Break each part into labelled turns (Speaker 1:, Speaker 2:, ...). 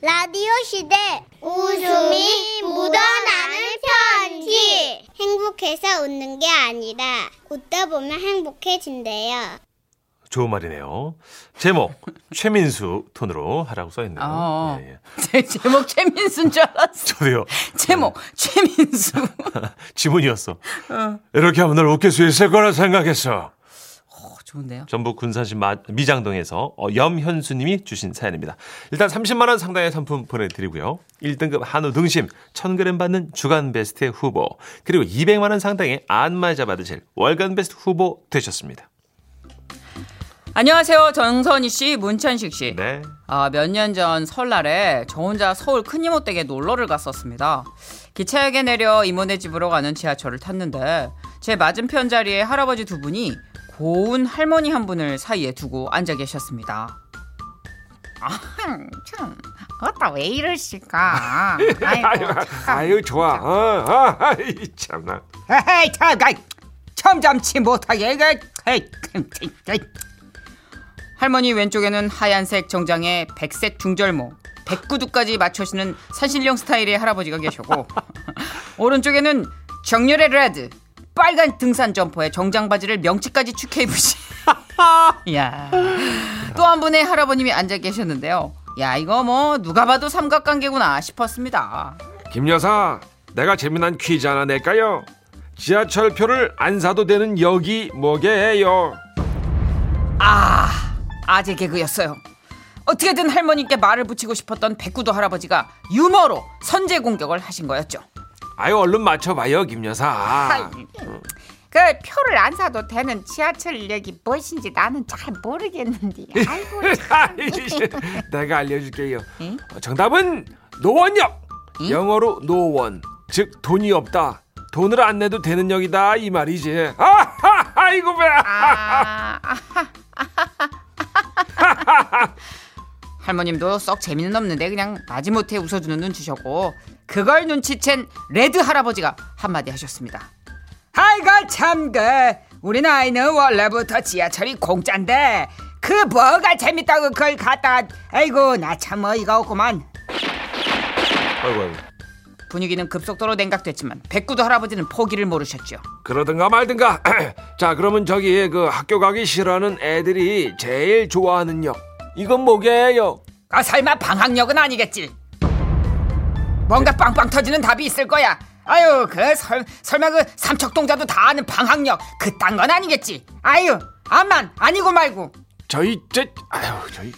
Speaker 1: 라디오 시대 웃음이 묻어나는 편지 행복해서 웃는 게 아니라 웃다 보면 행복해진대요.
Speaker 2: 좋은 말이네요. 제목 최민수 톤으로 하라고 써 있네요.
Speaker 3: 어.
Speaker 2: 예, 예.
Speaker 3: 제 제목 최민수인 줄 알았어.
Speaker 2: 저도요.
Speaker 3: 제목 최민수.
Speaker 2: 지문이었어. 이렇게 하면 널 웃길 수 있을 거라 생각했어.
Speaker 3: 어, 좋은데요.
Speaker 2: 전북 군산시 마- 미장동에서 어, 염현수님이 주신 사연입니다. 일단 30만 원 상당의 상품 보내드리고요. 1등급 한우 등심 1,000g 받는 주간 베스트 후보 그리고 200만 원 상당의 안마자 받으실 월간 베스트 후보 되셨습니다.
Speaker 3: 안녕하세요. 정선희 씨, 문천식 씨.
Speaker 2: 네.
Speaker 3: 아, 몇 년 전 설날에 저 혼자 서울 큰이모 댁에 놀러를 갔었습니다. 기차역에 내려 이모네 집으로 가는 지하철을 탔는데 제 맞은편 자리에 할아버지 두 분이 고운 할머니 한 분을 사이에 두고 앉아 계셨습니다. 아, 참, 어따 왜 이러실까? 아이고,
Speaker 2: 아유 좋아. 어, 아, 이 참나.
Speaker 3: 에이, 참, 아이, 잠잠치 못하게, 이거, 에이, 참, 참, 에이. 할머니 왼쪽에는 하얀색 정장에 백색 중절모, 백구두까지 맞춰시는 산신령 스타일의 할아버지가 계시고 오른쪽에는 정렬의 레드, 빨간 등산 점퍼에 정장 바지를 명치까지 축해 입으신 야. 또 한 분의 할아버님이 앉아 계셨는데요. 야, 이거 뭐 누가 봐도 삼각관계구나 싶었습니다.
Speaker 2: 김 여사, 내가 재미난 퀴즈 하나 낼까요? 지하철표를 안 사도 되는 역이 뭐게요?
Speaker 3: 아, 아재 개그였어요. 어떻게든 할머니께 말을 붙이고 싶었던 백구도 할아버지가 유머로 선제 공격을 하신 거였죠.
Speaker 2: 아유 얼른 맞춰봐요, 김 여사.
Speaker 3: 그 표를 안 사도 되는 지하철역이 무엇인지 나는 잘 모르겠는데. 아이고.
Speaker 2: 내가 알려줄게요.
Speaker 3: 응?
Speaker 2: 어, 정답은 노원역. 영어로 노원, 즉 돈이 없다. 돈을 안 내도 되는 역이다 이 말이지. 아, 아이고 배야.
Speaker 3: 아, 아하, 아하하, 아하하. 할머님도 썩 재미는 없는데 그냥 마지못해 웃어주는 눈 주셨고 그걸 눈치챈 레드 할아버지가 한마디 하셨습니다. 아이고 참그 우리 나이는 원래부터 지하철이 공짜인데 그 뭐가 재밌다고 그걸 갖다 아이고 나 참 어이가 없구만
Speaker 2: 아이고, 아이고.
Speaker 3: 분위기는 급속도로 냉각됐지만 백구도 할아버지는 포기를 모르셨죠
Speaker 2: 그러든가 말든가. 자, 그러면 저기 그 학교 가기 싫어하는 애들이 제일 좋아하는 역. 이건 뭐게요?
Speaker 3: 아 설마 방학력은 아니겠지 뭔가 빵빵 터지는 답이 있을 거야 아유 그 설, 설마 그 삼척동자도 다 아는 방학력 그딴 건 아니겠지 아유 암만 아니고 말고
Speaker 2: 저희 제 아유 저희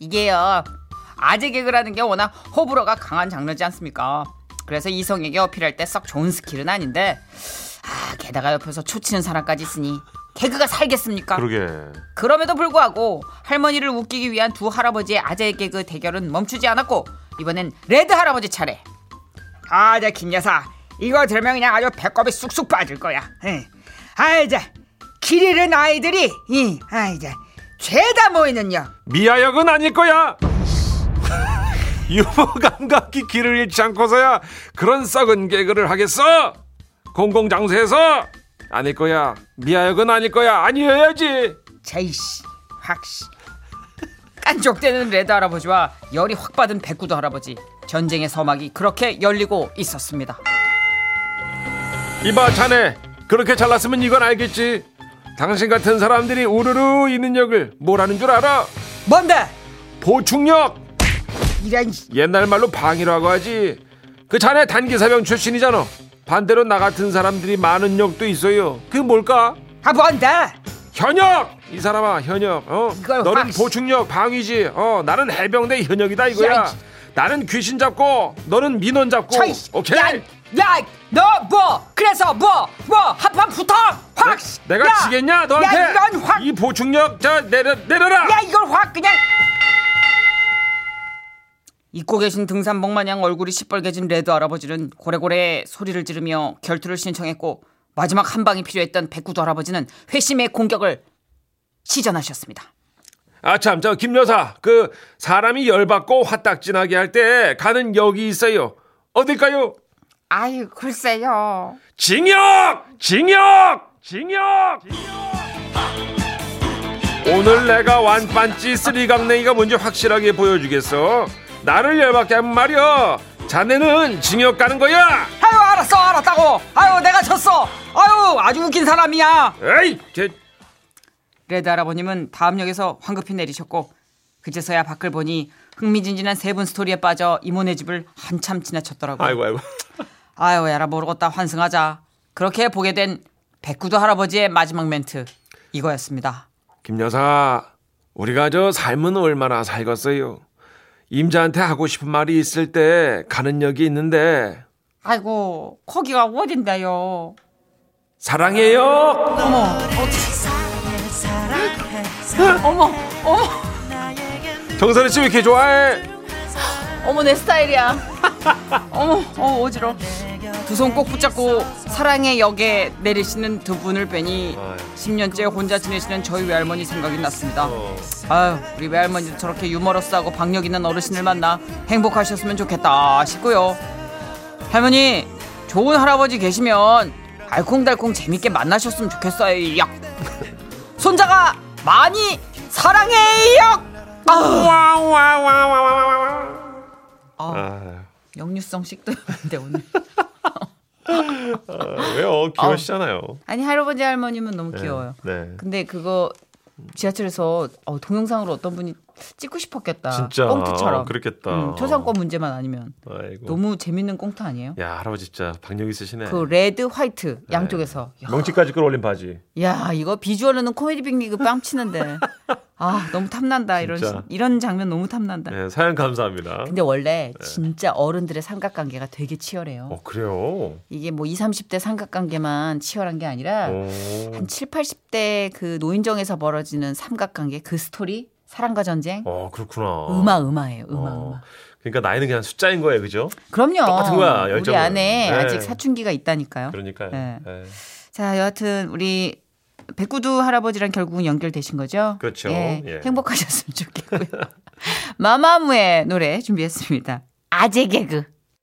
Speaker 3: 이게요 아재 개그라는 게 워낙 호불호가 강한 장르지 않습니까 그래서 이성에게 어필할 때 썩 좋은 스킬은 아닌데 아 게다가 옆에서 초치는 사람까지 있으니 개그가 살겠습니까
Speaker 2: 그러게
Speaker 3: 그럼에도 불구하고 할머니를 웃기기 위한 두 할아버지의 아재 개그 대결은 멈추지 않았고 이번엔 레드 할아버지 차례. 아, 네, 김 여사. 이거 들으면 그냥 아주 배꼽이 쑥쑥 빠질 거야. 아, 이제 길 잃은 아이들이 이, 아, 이제 죄다 모이는요.
Speaker 2: 미아역은 아닐 거야. 유머 감각이 길을 잃지 않고서야 그런 썩은 개그를 하겠어. 공공 장소에서 아닐 거야. 미아역은 아닐 거야. 아니어야지.
Speaker 3: 제이씨, 확씨. 깐족대는 레드 할아버지와 열이 확 받은 백구도 할아버지. 전쟁의 서막이 그렇게 열리고 있었습니다.
Speaker 2: 이봐 자네 그렇게 잘났으면 이건 알겠지. 당신 같은 사람들이 우르르 있는 역을 뭐라는 줄 알아?
Speaker 3: 뭔데?
Speaker 2: 보충역
Speaker 3: 이런
Speaker 2: 옛날 말로 방이라고 하지 그 자네 단기사병 출신이잖아 반대로 나 같은 사람들이 많은 역도 있어요 그게 뭘까
Speaker 3: 아 뭔데?
Speaker 2: 현역 이 사람아 현역 어
Speaker 3: 이걸
Speaker 2: 너는
Speaker 3: 확-
Speaker 2: 보충역 방위지 어 나는 해병대 현역이다 이거야
Speaker 3: 야, 이-
Speaker 2: 나는 귀신 잡고 너는 민원 잡고
Speaker 3: 차이.
Speaker 2: 오케이
Speaker 3: 야, 야, 너 뭐? 그래서 뭐? 뭐? 한판 붙어. 확.
Speaker 2: 내가
Speaker 3: 야,
Speaker 2: 지겠냐
Speaker 3: 야,
Speaker 2: 너한테
Speaker 3: 이런 확.
Speaker 2: 이 보충역 자 내려 내려라
Speaker 3: 야, 이걸 확 그냥. 입고 계신 등산복 마냥 얼굴이 시뻘개진 레드 할아버지는 고래고래 소리를 지르며 결투를 신청했고 마지막 한 방이 필요했던 백구도 할아버지는 회심의 공격을 시전하셨습니다.
Speaker 2: 아참 저 김여사 그 사람이 열받고 화딱지나게 할 때 가는 역이 있어요 어딜까요?
Speaker 3: 아유, 글쎄요.
Speaker 2: 징역! 징역! 징역! 오늘 내가 완판지 쓰리강냉이가 뭔지 확실하게 보여주겠어. 나를 열받게 하면 말이야. 자네는 징역 가는 거야.
Speaker 3: 아유 알았어 알았다고 아유 내가 졌어 아유 아주 웃긴 사람이야
Speaker 2: 에이, 제
Speaker 3: 레드 할아버님은 다음 역에서 황급히 내리셨고 그제서야 밖을 보니 흥미진진한 세 분 스토리에 빠져 이모네 집을 한참 지나쳤더라고요
Speaker 2: 아이고 아이고.
Speaker 3: 아유 야라 모르겠다 환승하자 그렇게 보게 된 백구도 할아버지의 마지막 멘트 이거였습니다
Speaker 2: 김 여사, 우리가 저 삶은 얼마나 살겠어요. 임자한테 하고 싶은 말이 있을 때 가는 역이 있는데
Speaker 3: 아이고 거기가 어딘데요
Speaker 2: 사랑해요.
Speaker 3: 어머 어머 어머
Speaker 2: 정선이 씨 왜 이렇게 좋아해?
Speaker 3: 어머 내 스타일이야. 어머 어 어지러. 두 손 꼭 붙잡고 사랑의 역에 내리시는 두 분을 뵈니
Speaker 2: 아유.
Speaker 3: 10년째 혼자 지내시는 저희 외할머니 생각이 났습니다.
Speaker 2: 어.
Speaker 3: 아유 우리 외할머니도 저렇게 유머러스하고 박력 있는 어르신을 만나 행복하셨으면 좋겠다 싶고요. 할머니 좋은 할아버지 계시면 알콩달콩 재밌게 만나셨으면 좋겠어요. 역 손자가 많이 사랑해요. 아,
Speaker 2: 아,
Speaker 3: 역류성 식도염인데 오늘.
Speaker 2: 어, 왜요? 귀여우시잖아요.
Speaker 3: 아니 할아버지 할머님은 너무 귀여워요.
Speaker 2: 네.
Speaker 3: 근데 그거 지하철에서 어, 동영상으로 어떤 분이 찍고 싶었겠다.
Speaker 2: 진짜. 아,
Speaker 3: 꽁트처럼. 음,
Speaker 2: 그렇겠다. 어.
Speaker 3: 초상권 문제만 아니면
Speaker 2: 아이고.
Speaker 3: 너무 재밌는 꽁트 아니에요?
Speaker 2: 야 할아버지 진짜 박력 있으시네.
Speaker 3: 그 레드 화이트
Speaker 2: 네.
Speaker 3: 양쪽에서. 야,
Speaker 2: 명치까지 끌어올린 바지.
Speaker 3: 야, 이거 비주얼로는 코미디 빅리그 뺨치는데. 아 너무 탐난다 이런 시-
Speaker 2: 진짜.
Speaker 3: 이런 장면 너무 탐난다.
Speaker 2: 네, 사연 감사합니다.
Speaker 3: 근데 원래 진짜 어른들의 삼각관계가 되게 치열해요.
Speaker 2: 어 그래요.
Speaker 3: 이게 뭐 20, 30대 삼각관계만 치열한 게 아니라
Speaker 2: 오.
Speaker 3: 한 7, 80대 그 노인정에서 벌어지는 삼각관계 그 스토리 사랑과 전쟁
Speaker 2: 어 그렇구나.
Speaker 3: 음아 음아예요 음아
Speaker 2: 어.
Speaker 3: 음아
Speaker 2: 그러니까 나이는 그냥 숫자인 거예요, 그죠?
Speaker 3: 그럼요
Speaker 2: 똑같은 거야,
Speaker 3: 우리
Speaker 2: 열정은.
Speaker 3: 안에
Speaker 2: 네.
Speaker 3: 아직 사춘기가 있다니까요
Speaker 2: 그러니까요.
Speaker 3: 네.
Speaker 2: 네.
Speaker 3: 자 여하튼 우리 백구두 할아버지랑 결국은 연결되신 거죠
Speaker 2: 그렇죠.
Speaker 3: 예,
Speaker 2: 예.
Speaker 3: 행복하셨으면 좋겠고요 마마무의 노래 준비했습니다 아재 개그